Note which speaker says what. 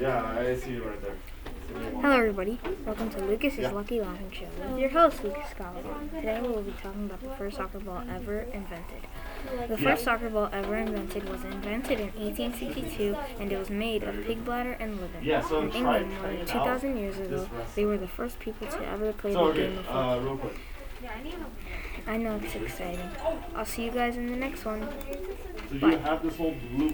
Speaker 1: Yeah, I see you right there.
Speaker 2: Hello, everybody. Welcome to Lucas's
Speaker 1: Yeah.
Speaker 2: Lucky Laughing Show with your host, Lucas Scholar. Today we will be talking about the first soccer ball ever invented. The
Speaker 1: Yeah.
Speaker 2: first soccer ball ever invented was invented in 1862 and it was made of pig bladder and liver.
Speaker 1: Yeah, so
Speaker 2: in
Speaker 1: try-
Speaker 2: England,
Speaker 1: try
Speaker 2: more than
Speaker 1: it out.
Speaker 2: 2,000 years ago,
Speaker 1: rest-
Speaker 2: they were the first people to ever play
Speaker 1: So,
Speaker 2: the game
Speaker 1: okay,
Speaker 2: of football.
Speaker 1: uh, real quick.
Speaker 2: I know it's exciting. I'll see you guys in the next one.
Speaker 1: So, you
Speaker 2: Bye.
Speaker 1: have this whole blue